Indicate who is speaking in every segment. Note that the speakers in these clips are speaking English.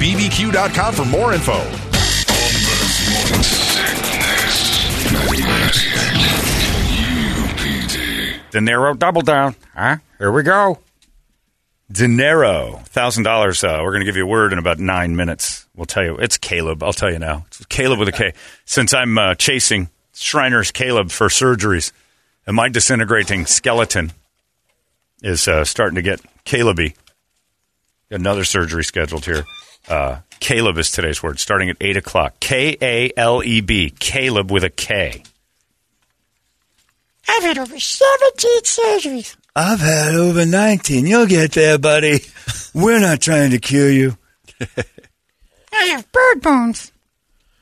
Speaker 1: BBQ.com for more info.
Speaker 2: De Niro, double down. Huh? Here we go. De Niro, thousand uh, dollars. We're going to give you a word in about nine minutes. We'll tell you. It's Caleb. I'll tell you now. It's Caleb with a K. Since I'm uh, chasing Shriner's Caleb for surgeries, and my disintegrating skeleton is uh, starting to get Caleby. Another surgery scheduled here. Uh, Caleb is today's word, starting at eight o'clock. K A L E B. Caleb with a K.
Speaker 3: I've had over 17 surgeries.
Speaker 4: I've had over 19. You'll get there, buddy. We're not trying to cure you.
Speaker 3: I have bird bones.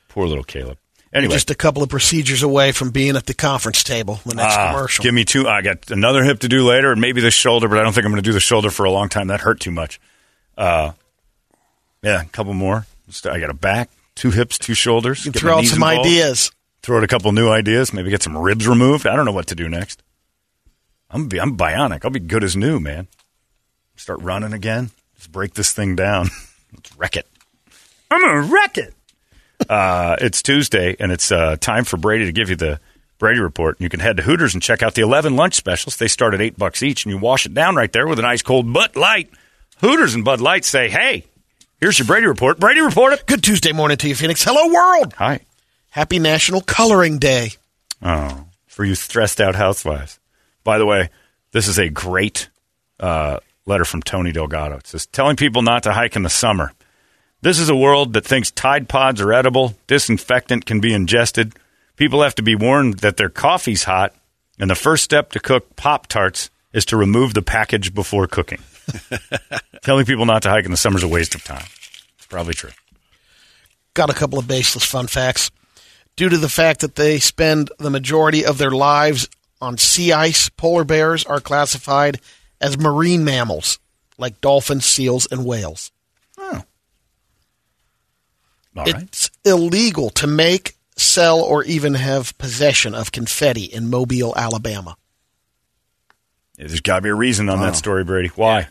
Speaker 2: Poor little Caleb. Anyway,
Speaker 5: Just a couple of procedures away from being at the conference table. The next
Speaker 2: ah,
Speaker 5: commercial.
Speaker 2: give me two. I got another hip to do later, and maybe the shoulder, but I don't think I'm going to do the shoulder for a long time. That hurt too much. Uh, yeah, a couple more. Just- I got a back, two hips, two shoulders.
Speaker 5: you
Speaker 2: Get
Speaker 5: can
Speaker 2: my
Speaker 5: throw out
Speaker 2: knees
Speaker 5: some
Speaker 2: involved.
Speaker 5: ideas.
Speaker 2: Throw out a couple new ideas. Maybe get some ribs removed. I don't know what to do next. I'm gonna be, I'm bionic. I'll be good as new, man. Start running again. Just break this thing down. Let's wreck it. I'm gonna wreck it. uh, it's Tuesday, and it's uh, time for Brady to give you the Brady report. You can head to Hooters and check out the 11 lunch specials. They start at eight bucks each, and you wash it down right there with an ice cold Bud Light. Hooters and Bud Light say, "Hey, here's your Brady report. Brady report it."
Speaker 5: Good Tuesday morning to you, Phoenix. Hello, world.
Speaker 2: Hi.
Speaker 5: Happy National Coloring Day.
Speaker 2: Oh, for you stressed out housewives. By the way, this is a great uh, letter from Tony Delgado. It says, telling people not to hike in the summer. This is a world that thinks Tide Pods are edible, disinfectant can be ingested. People have to be warned that their coffee's hot, and the first step to cook Pop Tarts is to remove the package before cooking. telling people not to hike in the summer is a waste of time. It's probably true.
Speaker 5: Got a couple of baseless fun facts. Due to the fact that they spend the majority of their lives on sea ice, polar bears are classified as marine mammals, like dolphins, seals, and whales.
Speaker 2: Oh. All right.
Speaker 5: it's illegal to make, sell, or even have possession of confetti in Mobile, Alabama.
Speaker 2: There's got to be a reason on that story, Brady. Why?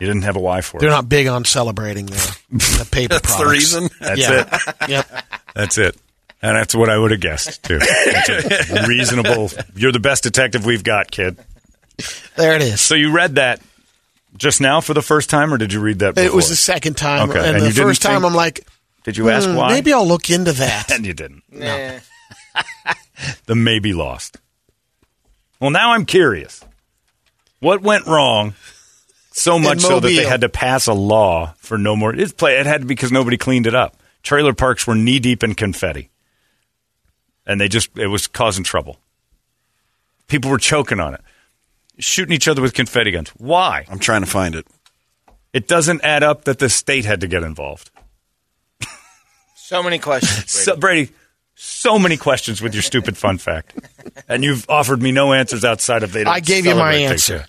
Speaker 2: You didn't have a why for
Speaker 5: They're
Speaker 2: it.
Speaker 5: not big on celebrating the, the paper
Speaker 6: That's the
Speaker 5: products.
Speaker 6: reason.
Speaker 2: That's
Speaker 5: yeah.
Speaker 2: it.
Speaker 5: yep.
Speaker 2: That's it. And that's what I would have guessed too. That's a reasonable. You're the best detective we've got, kid.
Speaker 5: There it is.
Speaker 2: So you read that just now for the first time, or did you read that? Before?
Speaker 5: it was the second time,
Speaker 2: Okay,
Speaker 5: and,
Speaker 2: and you
Speaker 5: the
Speaker 2: didn't
Speaker 5: first time
Speaker 2: think-
Speaker 5: I'm like,
Speaker 2: Did you ask
Speaker 5: "Hmm,
Speaker 2: why?
Speaker 5: Maybe I'll look into that.
Speaker 2: and you didn't. No. the maybe lost. Well, now I'm curious. What went wrong? So much so that they
Speaker 5: Mobile.
Speaker 2: had to pass a law for no more. It's play. It had to because nobody cleaned it up. Trailer parks were knee deep in confetti, and they just it was causing trouble. People were choking on it, shooting each other with confetti guns. Why?
Speaker 6: I'm trying to find it.
Speaker 2: It doesn't add up that the state had to get involved.
Speaker 7: So many questions.
Speaker 2: So, Brady, so many questions with your stupid fun fact, and you've offered me no answers outside of they. Don't
Speaker 5: I gave you my
Speaker 2: celebrate things.
Speaker 5: answer.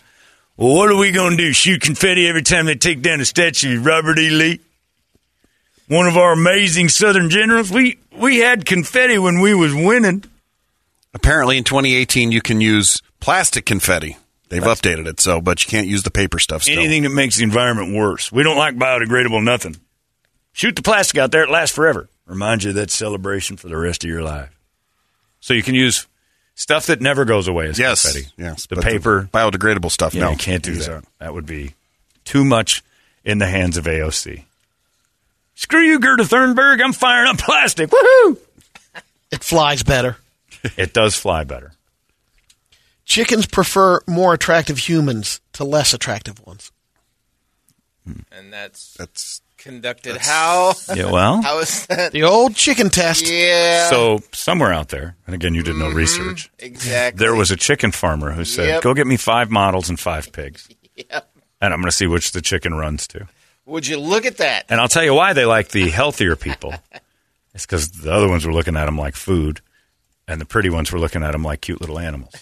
Speaker 2: Well, what are we going to do? Shoot confetti every time they take down a statue of Robert E. Lee, one of our amazing Southern generals. We we had confetti when we was winning.
Speaker 6: Apparently, in 2018, you can use plastic confetti. They've updated it so, but you can't use the paper stuff still.
Speaker 2: Anything that makes the environment worse. We don't like biodegradable nothing. Shoot the plastic out there; it lasts forever. Remind you of that celebration for the rest of your life. So you can use stuff that never goes away as
Speaker 6: Yes,
Speaker 2: confetti.
Speaker 6: yes,
Speaker 2: the
Speaker 6: but
Speaker 2: paper.
Speaker 6: biodegradable stuff.
Speaker 2: yeah,
Speaker 6: no,
Speaker 2: you can't do
Speaker 6: Use
Speaker 2: that. That would be too much in the hands of AOC. Screw you, Gerda Thunberg. I'm firing up plastic. Woohoo!
Speaker 5: It flies better.
Speaker 2: it does fly better.
Speaker 5: Chickens prefer more attractive humans to less attractive ones.
Speaker 7: And that's
Speaker 6: That's
Speaker 7: conducted how?
Speaker 2: Yeah, well,
Speaker 7: How is that?
Speaker 5: The old chicken test.
Speaker 7: Yeah.
Speaker 2: so somewhere out there, and again, you did
Speaker 7: Mm-hmm.
Speaker 2: no research.
Speaker 7: exactly.
Speaker 2: There was a chicken farmer who said,
Speaker 7: Yep.
Speaker 2: "Go get me five models and five pigs, and I'm going to see which the chicken runs to."
Speaker 7: Would you look at that?
Speaker 2: And I'll tell you why they like the healthier people. it's because the other ones were looking at them like food, and the pretty ones were looking at them like cute little animals.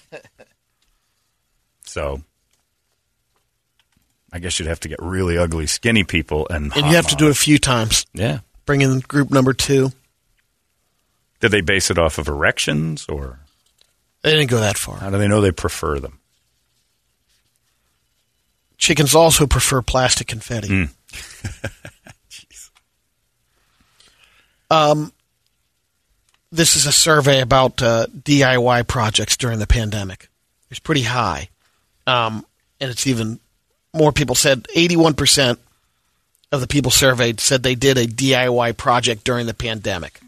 Speaker 2: so, I guess you'd have to get really ugly, skinny people, and
Speaker 5: And you have to do it a few times.
Speaker 2: Yeah.
Speaker 5: Bring in group number two.
Speaker 2: Did they base it off of erections, or
Speaker 5: They didn't go that far.
Speaker 2: how do they know they prefer them?
Speaker 5: Chickens also prefer plastic confetti. um, this is a survey about uh, DIY projects during the pandemic. It's pretty high, um, and it's even more people said eighty-one percent of the people surveyed said they did a DIY project during the pandemic.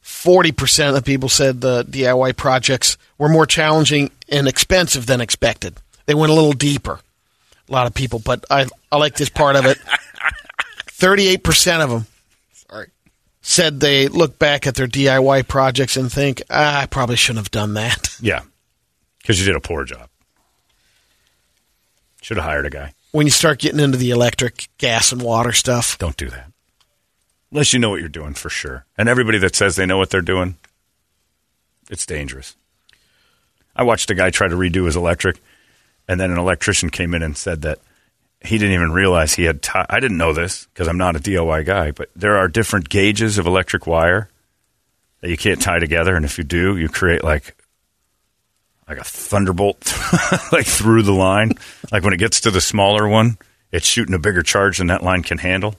Speaker 5: Forty percent of the people said the DIY projects were more challenging and expensive than expected. They went a little deeper. A lot of people, but I I like this part of it. Thirty-eight percent of them said they look back at their DIY projects and think, ah, I probably shouldn't have done that.
Speaker 2: Yeah, because you did a poor job. Should have hired a guy.
Speaker 5: When you start getting into the electric, gas, and water stuff,
Speaker 2: Don't do that. Unless you know what you're doing for sure. And everybody that says they know what they're doing, it's dangerous. I watched a guy try to redo his electric, and then an electrician came in and said that he didn't even realize he had. T- I didn't know this because I'm not a DIY guy, but there are different gauges of electric wire that you can't tie together, and if you do, you create like like a thunderbolt like through the line. like when it gets to the smaller one, it's shooting a bigger charge than that line can handle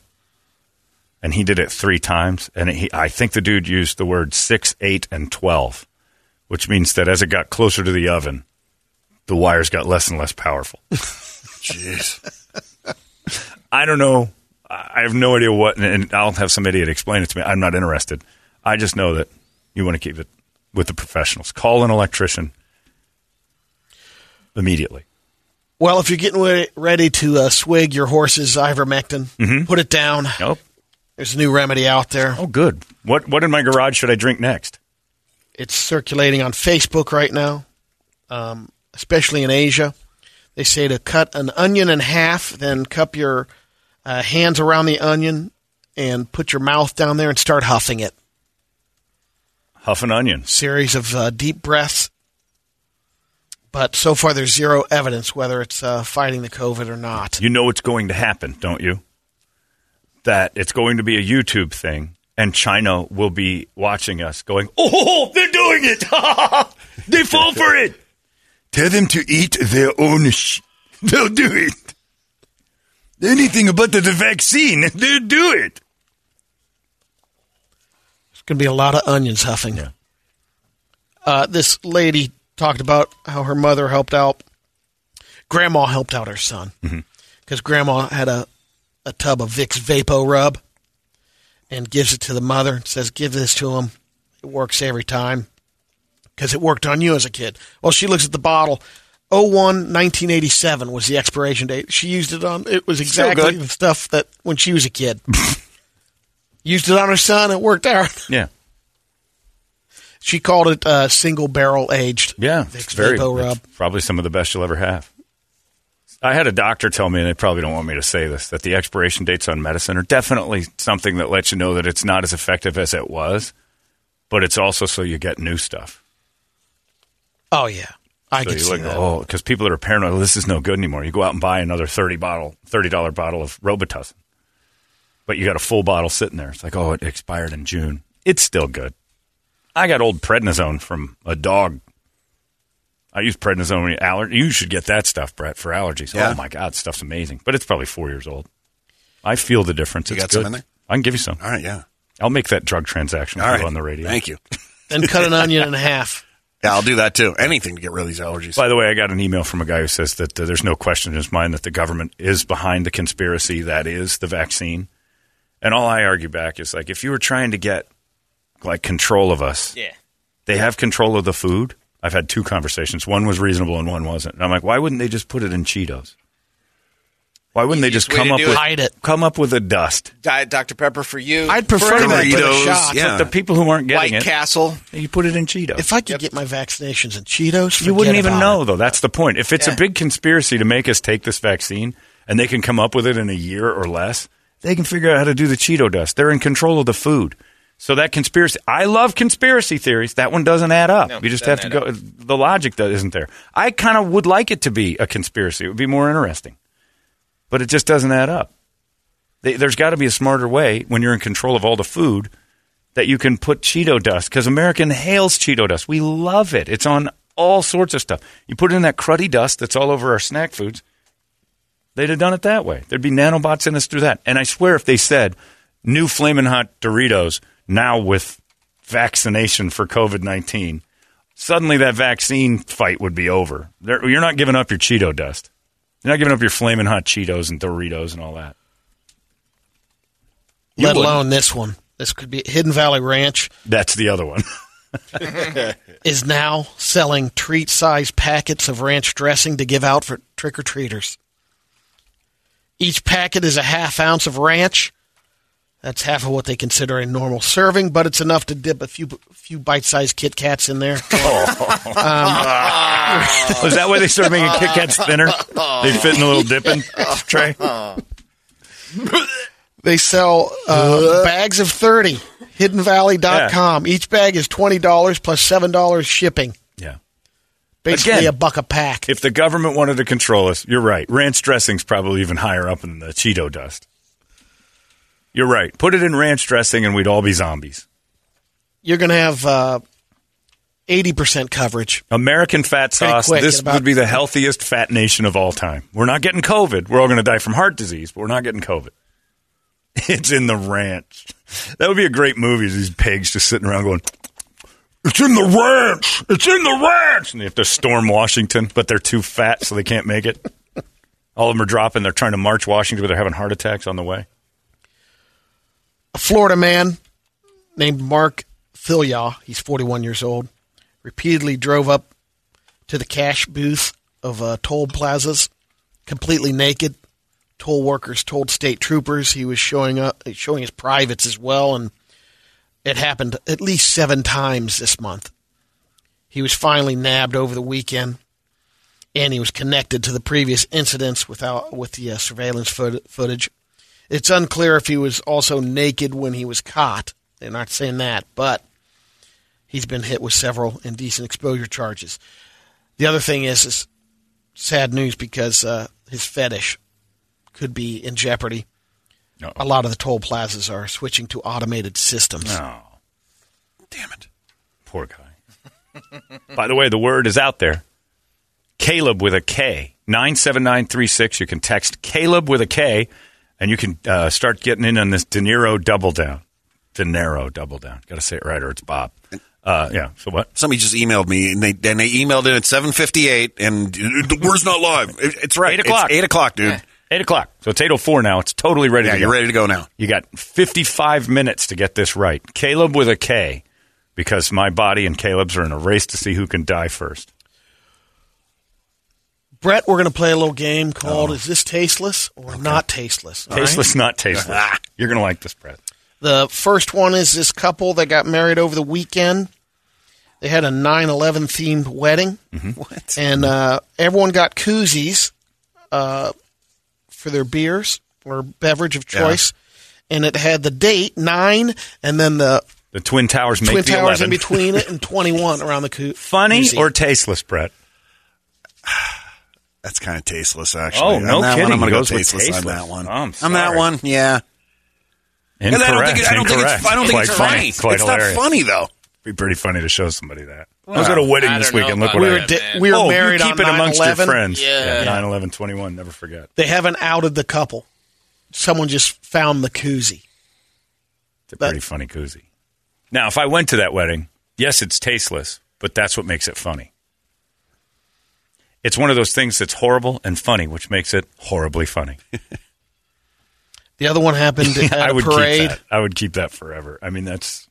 Speaker 2: and he did it three times. And he, I think the dude used the word six, eight, and twelve, which means that as it got closer to the oven, the wires got less and less powerful.
Speaker 6: Jeez.
Speaker 2: I don't know. I I have no idea what, and- and I'll have some idiot explain it to me. I'm not interested. I just know that you want to keep it with the professionals. Call an electrician immediately.
Speaker 5: well, if you're getting wa- ready to uh, swig your horse's ivermectin, put it down.
Speaker 2: Nope.
Speaker 5: There's a new remedy out there.
Speaker 2: Oh, good. What What in my garage should I drink next?
Speaker 5: It's circulating on Facebook right now, um, especially in Asia. They say to cut an onion in half, then cup your uh, hands around the onion and put your mouth down there and start huffing it.
Speaker 2: Huff an onion.
Speaker 5: series of uh, deep breaths. But so far, there's zero evidence whether it's uh, fighting the COVID or not.
Speaker 2: you know what's going to happen, don't you? That it's going to be a YouTube thing, and China will be watching us going, oh, they're doing it. they fall for it.
Speaker 4: Tell them to eat their own sh. They'll do it. Anything about the vaccine, they'll do it.
Speaker 5: It's going to be a lot of onions huffing. Uh, this lady talked about how her mother helped out. Grandma helped out her son because grandma had a, a tub of Vicks Vapo Rub and gives it to the mother and says, Give this to him. It works every time because it worked on you as a kid. Well, she looks at the bottle. 01 1987 was the expiration date. She used it on, it was exactly
Speaker 2: good.
Speaker 5: the stuff that when she was a kid. used it on her son. It worked out.
Speaker 2: Yeah.
Speaker 5: She called it uh, single barrel aged.
Speaker 2: Yeah.
Speaker 5: Vicks Vapo Rub.
Speaker 2: it's probably some of the best you'll ever have. I had a doctor tell me, and they probably don't want me to say this, that the expiration dates on medicine are definitely something that lets you know that it's not as effective as it was, but it's also so you get new stuff.
Speaker 5: Oh yeah, I
Speaker 2: So
Speaker 5: can
Speaker 2: you
Speaker 5: see
Speaker 2: look,
Speaker 5: that.
Speaker 2: oh, because people that are paranoid, "Oh, this is no good anymore. You go out and buy another thirty bottle, thirty dollar bottle of Robitussin, but you got a full bottle sitting there. It's like, oh, it expired in June. It's still good. I got old prednisone from a dog I use prednisone. When you, aller- you should get that stuff, Brett, for allergies.
Speaker 6: Yeah.
Speaker 2: Oh my God, stuff's amazing. But it's probably four years old. I feel the difference.
Speaker 6: You
Speaker 2: it's
Speaker 6: got some
Speaker 2: good.
Speaker 6: in there?
Speaker 2: I can give you some.
Speaker 6: All right, yeah.
Speaker 2: I'll make that drug transaction
Speaker 6: All
Speaker 2: with
Speaker 6: right.
Speaker 2: you on the radio.
Speaker 6: Thank you.
Speaker 5: Then cut an onion in half.
Speaker 6: Yeah, I'll do that too. Anything to get rid of these allergies.
Speaker 2: By the way, I got an email from a guy who says that uh, there's no question in his mind that the government is behind the conspiracy that is the vaccine. And all I argue back is like, if you were trying to get like control of us,
Speaker 7: Yeah.
Speaker 2: they have control of the food. I've had two conversations. One was reasonable and one wasn't. And I'm like, why wouldn't they just put it in Cheetos? Why wouldn't they just
Speaker 7: Easiest way
Speaker 2: come
Speaker 7: to
Speaker 2: up
Speaker 7: do
Speaker 2: with
Speaker 7: it.
Speaker 5: Hide it.
Speaker 2: come up with a dust?
Speaker 7: Diet Dr. Pepper for you.
Speaker 5: I'd prefer that than a
Speaker 6: Doritos,
Speaker 5: shot.
Speaker 6: yeah.
Speaker 2: The people who aren't
Speaker 7: White
Speaker 2: getting it,
Speaker 7: Castle.
Speaker 2: you put it in Cheetos.
Speaker 5: If I could get my vaccinations in Cheetos,
Speaker 2: you wouldn't
Speaker 5: forget
Speaker 2: even
Speaker 5: about
Speaker 2: know
Speaker 5: it.
Speaker 2: though. That's the point. If it's a
Speaker 7: Yeah.
Speaker 2: big conspiracy to make us take this vaccine and they can come up with it in a year or less, they can figure out how to do the Cheeto dust. They're in control of the food. So that conspiracy, I love conspiracy theories. That one doesn't add up.
Speaker 7: No,
Speaker 2: you just have
Speaker 7: doesn't
Speaker 2: to go.
Speaker 7: add
Speaker 2: The logic that isn't there. I kind of would like it to be a conspiracy. It would be more interesting, but it just doesn't add up. They, there's got to be a smarter way when you're in control of all the food that you can put Cheeto dust because America inhales Cheeto dust. We love it. It's on all sorts of stuff. You put it in that cruddy dust that's all over our snack foods. They'd have done it that way. There'd be nanobots in us through that. And I swear, if they said new flaming hot Doritos now with vaccination for COVID nineteen, suddenly that vaccine fight would be over. There, you're not giving up your Cheeto dust. You're not giving up your flaming hot Cheetos and Doritos and all that.
Speaker 5: Let alone this one. This could be Hidden Valley Ranch
Speaker 2: That's the other one.
Speaker 5: is now selling treat-sized packets of ranch dressing to give out for trick-or-treaters. Each packet is a half ounce of ranch. That's half of what they consider a normal serving, but it's enough to dip a few few bite-sized Kit Kats in there.
Speaker 2: Is that why they started making Kit Kats thinner? They fit in a little dipping tray.
Speaker 5: They sell uh, bags of 30, hiddenvalley.com. Each bag is $20 plus $7 shipping.
Speaker 2: Yeah.
Speaker 5: Basically
Speaker 2: Again.
Speaker 5: a buck a pack.
Speaker 2: If the government wanted to control us, you're right. Ranch dressing's probably even higher up than the Cheeto dust. You're right. Put it in ranch dressing, and we'd all be zombies.
Speaker 5: You're going to have uh, 80% coverage.
Speaker 2: American fat
Speaker 5: Pretty
Speaker 2: sauce.
Speaker 5: quick,
Speaker 2: This
Speaker 5: in about-
Speaker 2: would be the healthiest fat nation of all time. We're not getting COVID. We're all going to die from heart disease, but we're not getting COVID. It's in the ranch. That would be a great movie. is These pigs just sitting around going, "It's in the ranch. It's in the ranch." And they have to storm Washington, but they're too fat, so they can't make it. All of them are dropping. They're trying to march Washington, but they're having heart attacks on the way.
Speaker 5: A Florida man named Mark Filia, he's 41 years old, repeatedly drove up to the cash booth of uh, toll plazas completely naked. Toll workers told state troopers he was showing up, showing his privates as well, and it happened at least seven times this month. He was finally nabbed over the weekend, and he was connected to the previous incidents without with the uh, surveillance foot- footage. It's unclear if he was also naked when he was caught. They're not saying that, but he's been hit with several indecent exposure charges. The other thing is, is sad news because uh, his fetish could be in jeopardy.
Speaker 2: Uh-oh.
Speaker 5: A lot of the toll plazas are switching to automated systems.
Speaker 2: Oh, damn it. Poor guy. By the way, the word is out there. Caleb with a K, 97936. You can text Caleb with a K and you can uh, start getting in on this De Niro double down. De Niro double down. Got to say it right or it's Bob. Uh, yeah. So what?
Speaker 6: Somebody just emailed me, and they and they emailed in at seven fifty eight, and the word's not live. It- It's right.
Speaker 2: Eight o'clock.
Speaker 6: It's eight o'clock, dude. Yeah,
Speaker 2: 8 o'clock. So it's 8.04 now. It's totally ready to go.
Speaker 6: you're ready to go now.
Speaker 2: You got 55 minutes to get this right. Caleb with a K because my body and Caleb's are in a race to see who can die first.
Speaker 5: Brett, we're going to play a little game called "Is this tasteless or not tasteless?" all right?
Speaker 2: Tasteless, not tasteless. You're going to like this, Brett.
Speaker 5: The first one is this couple that got married over the weekend. They had a 9/11 themed wedding, and uh, everyone got koozies uh, for their beers or beverage of choice, and it had the date nine, and then the
Speaker 2: The Twin Towers make
Speaker 5: twin
Speaker 2: the
Speaker 5: towers
Speaker 2: 11.
Speaker 5: in between it, and 21 around the koo-
Speaker 2: Funny
Speaker 5: koozie.
Speaker 2: or tasteless, Brett?
Speaker 6: That's kind of tasteless, actually.
Speaker 2: Oh, no
Speaker 6: on that
Speaker 2: kidding.
Speaker 6: One, I'm going to go
Speaker 2: Goes with
Speaker 6: tasteless, on
Speaker 2: tasteless.
Speaker 6: that one.
Speaker 2: Oh, I'm
Speaker 6: on that
Speaker 2: sorry.
Speaker 6: one, yeah. 'Cause
Speaker 2: Incorrect.
Speaker 6: I don't think, it, I don't think it's, I don't think
Speaker 2: Quite
Speaker 6: it's
Speaker 2: funny.
Speaker 6: funny.
Speaker 2: Quite
Speaker 6: it's
Speaker 2: hilarious.
Speaker 6: not funny though.
Speaker 2: be pretty funny to show somebody that. I was at a wedding
Speaker 7: I
Speaker 2: this
Speaker 7: don't know
Speaker 2: weekend. Look
Speaker 7: about
Speaker 2: what
Speaker 7: that,
Speaker 2: I
Speaker 7: We were
Speaker 2: did.
Speaker 5: di-
Speaker 7: man.
Speaker 5: we were
Speaker 2: oh,
Speaker 5: married
Speaker 2: you keep
Speaker 5: on
Speaker 2: it amongst your
Speaker 5: 9/11.
Speaker 2: friends.
Speaker 7: Yeah.
Speaker 2: 9 11 21, never forget.
Speaker 5: They haven't outed the couple. Someone just found the koozie.
Speaker 2: It's a
Speaker 5: That-
Speaker 2: pretty funny koozie. Now, if I went to that wedding, yes, it's tasteless, but that's what makes it funny. It's one of those things that's horrible and funny, which makes it horribly funny.
Speaker 5: The other one happened at
Speaker 2: I
Speaker 5: a
Speaker 2: would keep
Speaker 5: parade.
Speaker 2: that. I would keep that forever. I mean, that's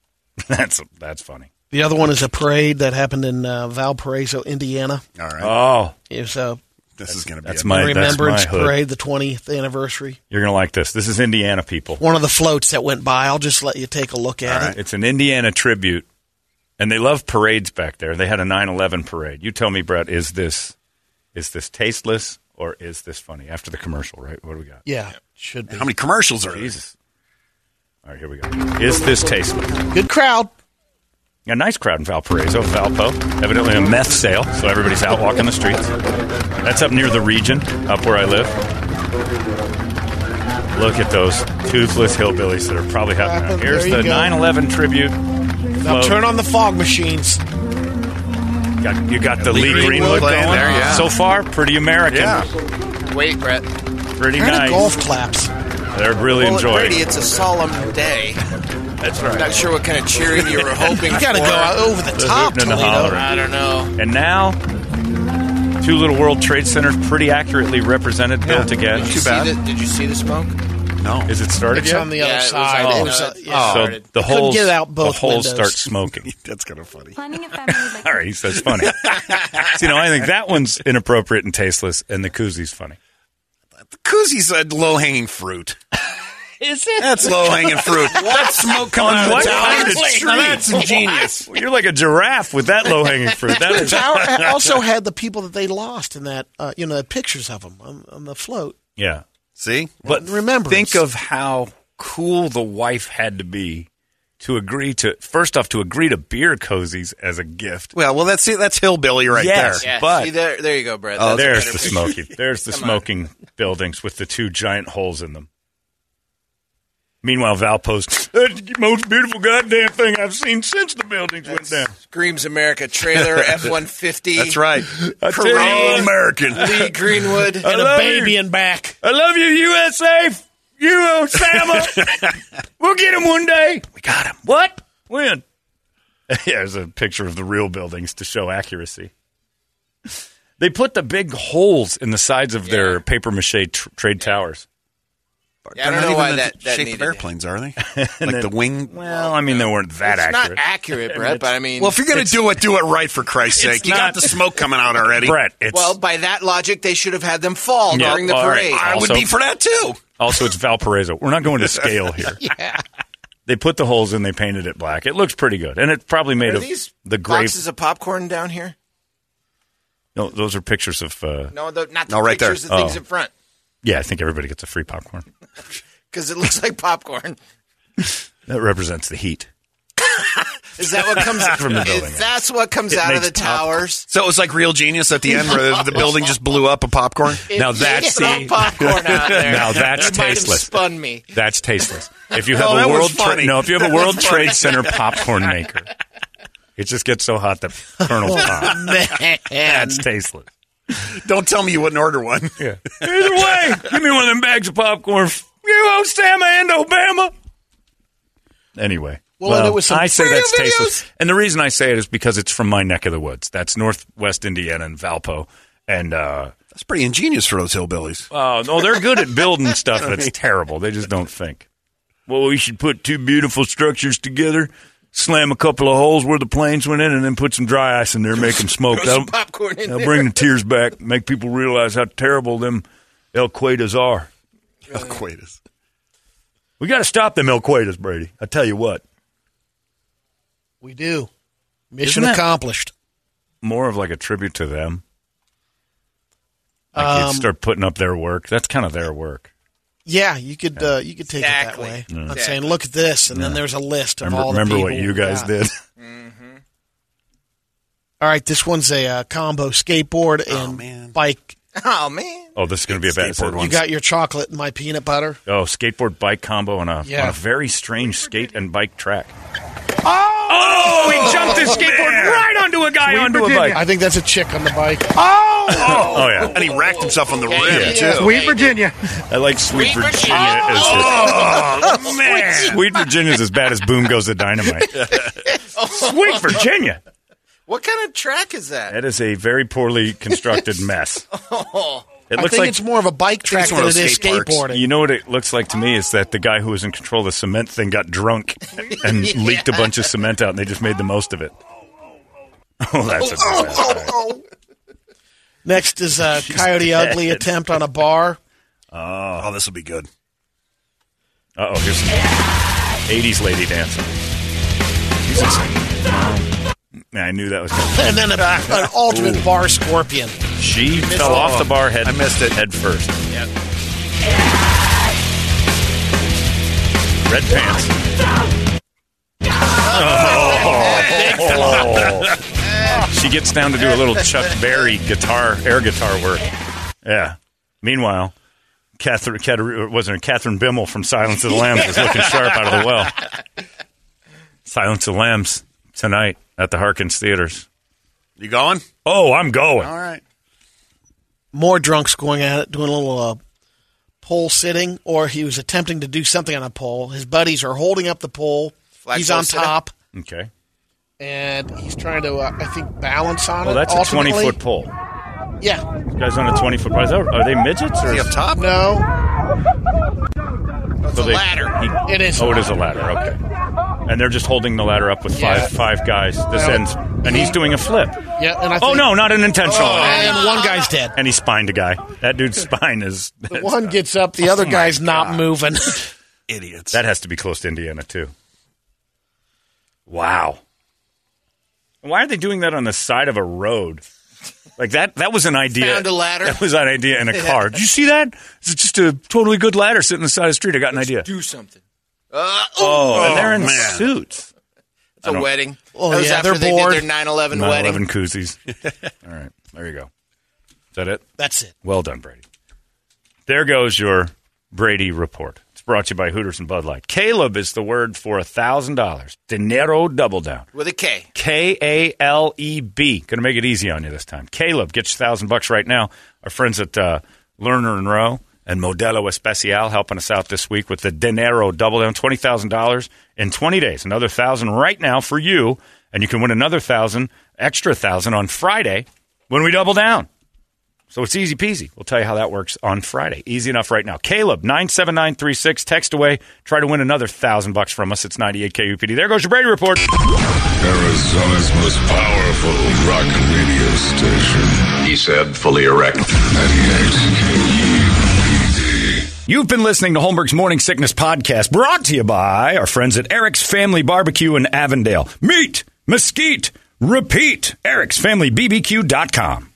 Speaker 2: that's that's funny.
Speaker 5: The other one is a parade that happened in uh, Valparaiso, Indiana.
Speaker 6: All right.
Speaker 2: Oh,
Speaker 5: It was a
Speaker 6: this is going to be
Speaker 2: that's
Speaker 6: a-
Speaker 2: my that's my
Speaker 5: remembrance
Speaker 2: hood.
Speaker 5: parade, the 20th anniversary.
Speaker 2: You're gonna like this. This is Indiana people.
Speaker 5: One of the floats that went by. I'll just let you take a look at it.
Speaker 2: It's an Indiana tribute, and they love parades back there. They had a 9/11 parade. You tell me, Brett, is this is this tasteless or is this funny? After the commercial, right? What do we got?
Speaker 5: Yeah, should be.
Speaker 6: How many commercials are there?
Speaker 2: Jesus. All right, here we go. Is this tasteless?
Speaker 5: Good crowd.
Speaker 2: A nice crowd in Valparaiso, Valpo. Evidently a meth sale, so everybody's out walking the streets. That's up near the region, up where I live. Look at those toothless hillbillies that are probably happening. out. Here's
Speaker 5: There you
Speaker 2: the
Speaker 5: go.
Speaker 2: 9/11 tribute.
Speaker 5: Now
Speaker 2: float.
Speaker 5: turn on the fog machines.
Speaker 2: Got, you got the
Speaker 6: Lee
Speaker 2: Lee Greenwood
Speaker 6: Greenwood
Speaker 2: going.
Speaker 6: playing there, yeah.
Speaker 2: So far, pretty American.
Speaker 6: Yeah.
Speaker 7: Wait, Brett.
Speaker 2: Pretty
Speaker 5: Turn the
Speaker 2: nice.
Speaker 5: golf claps.
Speaker 2: They're really
Speaker 7: Well, at
Speaker 2: enjoying
Speaker 7: Brady,
Speaker 2: it.
Speaker 7: it's a solemn day. That's right. Not sure what kind of cheering you were hoping
Speaker 5: You got to
Speaker 7: for.
Speaker 5: go out over the
Speaker 2: The
Speaker 5: top,
Speaker 2: hooting and the
Speaker 5: Toledo.
Speaker 2: hollering.
Speaker 7: I don't know.
Speaker 2: And now, two little World Trade Centers pretty accurately represented, built again.
Speaker 7: Did you, see the, did you see the smoke?
Speaker 6: No.
Speaker 2: Is it started
Speaker 5: It's
Speaker 2: yet?
Speaker 5: on the
Speaker 7: Yeah,
Speaker 5: other
Speaker 7: it was
Speaker 5: side.
Speaker 7: on
Speaker 5: It
Speaker 7: the-
Speaker 5: was, uh,
Speaker 7: it
Speaker 5: yeah.
Speaker 2: so
Speaker 7: started.
Speaker 2: the
Speaker 5: Couldn't
Speaker 2: holes,
Speaker 5: get out both
Speaker 2: the holes
Speaker 5: windows.
Speaker 2: start smoking.
Speaker 6: That's kind of funny.
Speaker 8: Planning a family like
Speaker 2: All right, he says funny. so, you know, I think that one's inappropriate and tasteless, and the koozie's funny.
Speaker 6: Koozie said low hanging fruit. Is it? That's low hanging fruit. That's smoke coming out
Speaker 2: what
Speaker 6: of
Speaker 2: kind
Speaker 6: the
Speaker 2: of
Speaker 6: tree.
Speaker 2: tree?
Speaker 6: That's ingenious.
Speaker 2: Well, you're like a giraffe with that low hanging fruit. That is,
Speaker 5: Tower also had the people that they lost in that, uh, you know, the pictures of them on, on the float.
Speaker 2: yeah.
Speaker 6: See?
Speaker 2: But
Speaker 5: remembrance.
Speaker 2: think of how cool the wife had to be to agree to first off to agree to beer cozies as a gift.
Speaker 6: Well, well, that's see, that's hillbilly right
Speaker 2: Yes.
Speaker 6: there.
Speaker 7: Yeah,
Speaker 2: But-
Speaker 7: see there, there you go, Brett.
Speaker 6: Oh,
Speaker 7: That's a
Speaker 2: There's the
Speaker 7: better picture.
Speaker 2: smoking. There's the
Speaker 7: Come on.
Speaker 2: smoking buildings with the two giant holes in them. Meanwhile, Valpo's that's the most beautiful goddamn thing I've seen since the buildings went down.
Speaker 7: Screams America trailer F one fifty.
Speaker 6: That's right.
Speaker 2: I tell you
Speaker 6: All
Speaker 2: what,
Speaker 6: American.
Speaker 7: Lee Greenwood.
Speaker 2: I
Speaker 5: And a
Speaker 2: love
Speaker 5: baby
Speaker 2: you.
Speaker 5: in back.
Speaker 2: I love you, USA. You, Osama. we'll get him one day. We got him. What? When? yeah, there's a picture of the real buildings to show accuracy. They put the big holes in the sides of
Speaker 7: Yeah.
Speaker 2: their paper mache tr- trade towers.
Speaker 7: Yeah, I don't
Speaker 6: They're
Speaker 7: know
Speaker 6: not
Speaker 7: why
Speaker 6: even the
Speaker 7: that, that
Speaker 6: shape
Speaker 7: needed
Speaker 6: of
Speaker 7: it.
Speaker 6: airplanes are they? like the wing.
Speaker 2: Well, I mean, they weren't that
Speaker 7: It's
Speaker 2: accurate.
Speaker 7: not accurate, Brett. But I mean,
Speaker 6: Well, if you're gonna do it, do it right for Christ's sake. You
Speaker 2: not-
Speaker 6: got the smoke coming out already.
Speaker 2: Brett, it's
Speaker 7: well, by that logic, they should have had them fall
Speaker 2: Yeah,
Speaker 7: during the
Speaker 2: all right.
Speaker 7: parade.
Speaker 6: I would
Speaker 2: Also-
Speaker 6: be for that too.
Speaker 2: also it's Valparaiso. We're not going to scale here. They put the holes in. They painted it black. It looks pretty good, and it probably made
Speaker 7: Are
Speaker 2: of
Speaker 7: these
Speaker 2: the grave.
Speaker 7: boxes of popcorn down here?
Speaker 2: No, those are pictures of. Uh,
Speaker 7: No, the, not the
Speaker 6: No, right there.
Speaker 7: pictures. The things
Speaker 2: Oh.
Speaker 7: in front
Speaker 2: yeah, I think everybody gets a free popcorn.
Speaker 7: because it looks like popcorn.
Speaker 2: That represents the heat.
Speaker 7: Is that what comes
Speaker 2: From the building.
Speaker 7: Is that's what comes out of
Speaker 2: makes
Speaker 7: the towers?
Speaker 6: So it was like real genius at the end where the building just blew up a popcorn.
Speaker 2: Now
Speaker 7: If you
Speaker 2: that's
Speaker 7: throw
Speaker 2: the-
Speaker 7: popcorn out there.
Speaker 2: Now that's
Speaker 7: you might have Oh,
Speaker 2: tasteless.
Speaker 7: Spun me.
Speaker 2: That's tasteless. If you have
Speaker 6: No,
Speaker 2: a
Speaker 6: that was
Speaker 2: world Tra-
Speaker 6: funny.
Speaker 2: no, if you have a World Trade Center popcorn maker, it just gets so hot that kernels pop. That's tasteless.
Speaker 6: Don't tell me you wouldn't order one.
Speaker 2: Yeah. Either way, give me one of them bags of popcorn. You Osama and Obama. Anyway,
Speaker 5: Well, and it was some
Speaker 2: I say
Speaker 5: free
Speaker 2: that's
Speaker 5: videos.
Speaker 2: tasteless, and the reason I say it is because it's from my neck of the woods. That's Northwest Indiana and Valpo, and uh,
Speaker 6: That's pretty ingenious for those hillbillies.
Speaker 2: Oh no, they're good at building stuff that's terrible. They just don't think. Well, we should put two beautiful structures together, slam a couple of holes where the planes went in, and then put some dry ice in there, make them smoke.
Speaker 7: Throw some
Speaker 2: That'll-
Speaker 7: popcorn in
Speaker 2: that'll
Speaker 7: there.
Speaker 2: bring the tears back, make people realize how terrible them El Cuetas are.
Speaker 6: Oh, Quaitas.
Speaker 2: We got to stop them El Cuetas, Brady. I tell you what.
Speaker 5: We do.
Speaker 2: Isn't
Speaker 5: Mission
Speaker 2: that-
Speaker 5: accomplished.
Speaker 2: More of like a tribute to them. Like
Speaker 5: Um,
Speaker 2: you'd start putting up their work. That's kind of their work.
Speaker 5: Yeah, you could uh, you could take
Speaker 7: Exactly.
Speaker 5: it that way.
Speaker 7: Yeah.
Speaker 5: I'm saying, look at this, and then there's a list of
Speaker 2: Remember,
Speaker 5: all the
Speaker 2: remember what
Speaker 5: people
Speaker 2: you
Speaker 5: we
Speaker 2: guys
Speaker 5: got.
Speaker 2: did?
Speaker 5: All right, this one's a uh, combo skateboard and
Speaker 6: man.
Speaker 5: bike.
Speaker 7: Oh man.
Speaker 2: Oh, this is going to be a bad
Speaker 6: Skateboard
Speaker 2: one.
Speaker 5: You got your chocolate and my peanut butter.
Speaker 2: Oh, skateboard bike combo on a
Speaker 5: Yeah.
Speaker 2: on a very strange skate and bike track. Oh, he jumped his skateboard right onto a guy onto a bike.
Speaker 5: I think that's a chick on the bike.
Speaker 2: Oh, yeah.
Speaker 6: And he racked himself on the rim,
Speaker 7: Yeah.
Speaker 6: too.
Speaker 8: Sweet Virginia.
Speaker 2: I like Sweet
Speaker 7: Sweet
Speaker 2: Virginia.
Speaker 7: Virginia.
Speaker 2: as
Speaker 6: Oh, man.
Speaker 2: Sweet Virginia's as bad as Boom Goes the Dynamite. Sweet Virginia.
Speaker 7: What kind of track is that?
Speaker 2: That is a very poorly constructed mess. It
Speaker 5: Oh. I
Speaker 2: looks
Speaker 5: think
Speaker 2: like
Speaker 5: it's more of a bike track
Speaker 6: it's one
Speaker 5: than
Speaker 6: of
Speaker 5: it
Speaker 6: those
Speaker 5: is
Speaker 6: skate parks.
Speaker 5: skateboarding.
Speaker 2: you know what it looks like to me is that the guy who was in control of the cement thing got drunk and leaked a bunch of cement out, and they just made the most of it. Oh, that's a disaster.
Speaker 5: Next is a Coyote Ugly attempt on a bar.
Speaker 6: Oh, this will be good.
Speaker 2: Uh oh, here's '80s lady dancing. Yeah, I knew that was. Coming.
Speaker 5: And then a, an ultimate bar scorpion.
Speaker 2: She fell off the bar head. I missed it head first.
Speaker 6: Yeah.
Speaker 2: Red pants. Oh. She gets down to do a little Chuck Berry guitar, air guitar work. Yeah. Meanwhile, Catherine, Catherine wasn't it Catherine Bimmel from Silence of the Lambs was looking sharp out of the well. Silence of the Lambs tonight at the Harkins Theaters.
Speaker 6: You going?
Speaker 2: Oh, I'm going.
Speaker 6: All right.
Speaker 5: More drunks going at it, doing a little uh, pole sitting, or he was attempting to do something on a pole. His buddies are holding up the pole.
Speaker 7: Flag
Speaker 5: he's
Speaker 7: pole
Speaker 5: on
Speaker 7: sitting?
Speaker 5: top,
Speaker 2: Okay.
Speaker 5: and he's trying to, uh, I think, balance on
Speaker 2: Well,
Speaker 5: it.
Speaker 2: Oh, that's a 20
Speaker 5: ultimately.
Speaker 2: foot pole.
Speaker 5: Yeah.
Speaker 2: You guys on a 20 foot rise. Are they midgets or
Speaker 6: Is he up top?
Speaker 5: No.
Speaker 2: so they- he-
Speaker 5: It is.
Speaker 2: Oh, it is a ladder. Okay. And they're just holding the ladder up with
Speaker 5: Yeah.
Speaker 2: five five guys. This ends, and he's doing a flip.
Speaker 5: Yeah, and I
Speaker 2: Oh
Speaker 5: think-
Speaker 2: no, not an intentional. one.
Speaker 5: And one guy's dead.
Speaker 2: And he spined a guy. That dude's spine is
Speaker 5: One gets up,
Speaker 2: Oh
Speaker 5: the other guy's not moving.
Speaker 6: Idiots.
Speaker 2: that has to be close to Indiana too. Wow. Why are they doing that on the side of a road? Like that that was an idea.
Speaker 7: Found a ladder.
Speaker 2: That was an idea in a car. Did you see that? It's just a totally good ladder sitting on the side of the street. I got an idea.
Speaker 7: Do something.
Speaker 2: Oh, and they're in
Speaker 6: man.
Speaker 2: suits.
Speaker 7: It's a wedding.
Speaker 5: Oh,
Speaker 7: that was
Speaker 5: yeah,
Speaker 7: after
Speaker 5: they're
Speaker 7: they
Speaker 5: bored.
Speaker 7: did their 9/11
Speaker 2: 911
Speaker 7: wedding.
Speaker 2: koozies. All right. There you go. Is that it?
Speaker 5: That's it.
Speaker 2: Well done, Brady. There goes your Brady report. It's brought to you by Hooters and Bud Light. Caleb is the word for $1,000. Dinero double down.
Speaker 7: With a K.
Speaker 2: K A L E B. Going to make it easy on you this time. Caleb, get your thousand bucks right now. Our friends at uh, Lerner and Rowe and Modelo Especial helping us out this week with the Dinero Double Down, twenty thousand dollars in twenty days. Another thousand right now for you, and you can win another thousand, extra thousand on Friday when we double down. So it's easy peasy. We'll tell you how that works on Friday. Easy enough right now. Caleb, 97936, text away. Try to win another thousand bucks from us. It's 98 KUPD. There goes your Brady report.
Speaker 9: Arizona's most powerful rock radio station. He said, fully erect. 98 KUPD.
Speaker 2: You've been listening to Holmberg's Morning Sickness Podcast, brought to you by our friends at Eric's Family Barbecue in Avondale. Meet, mesquite, repeat. Eric'sFamilyBBQ.com.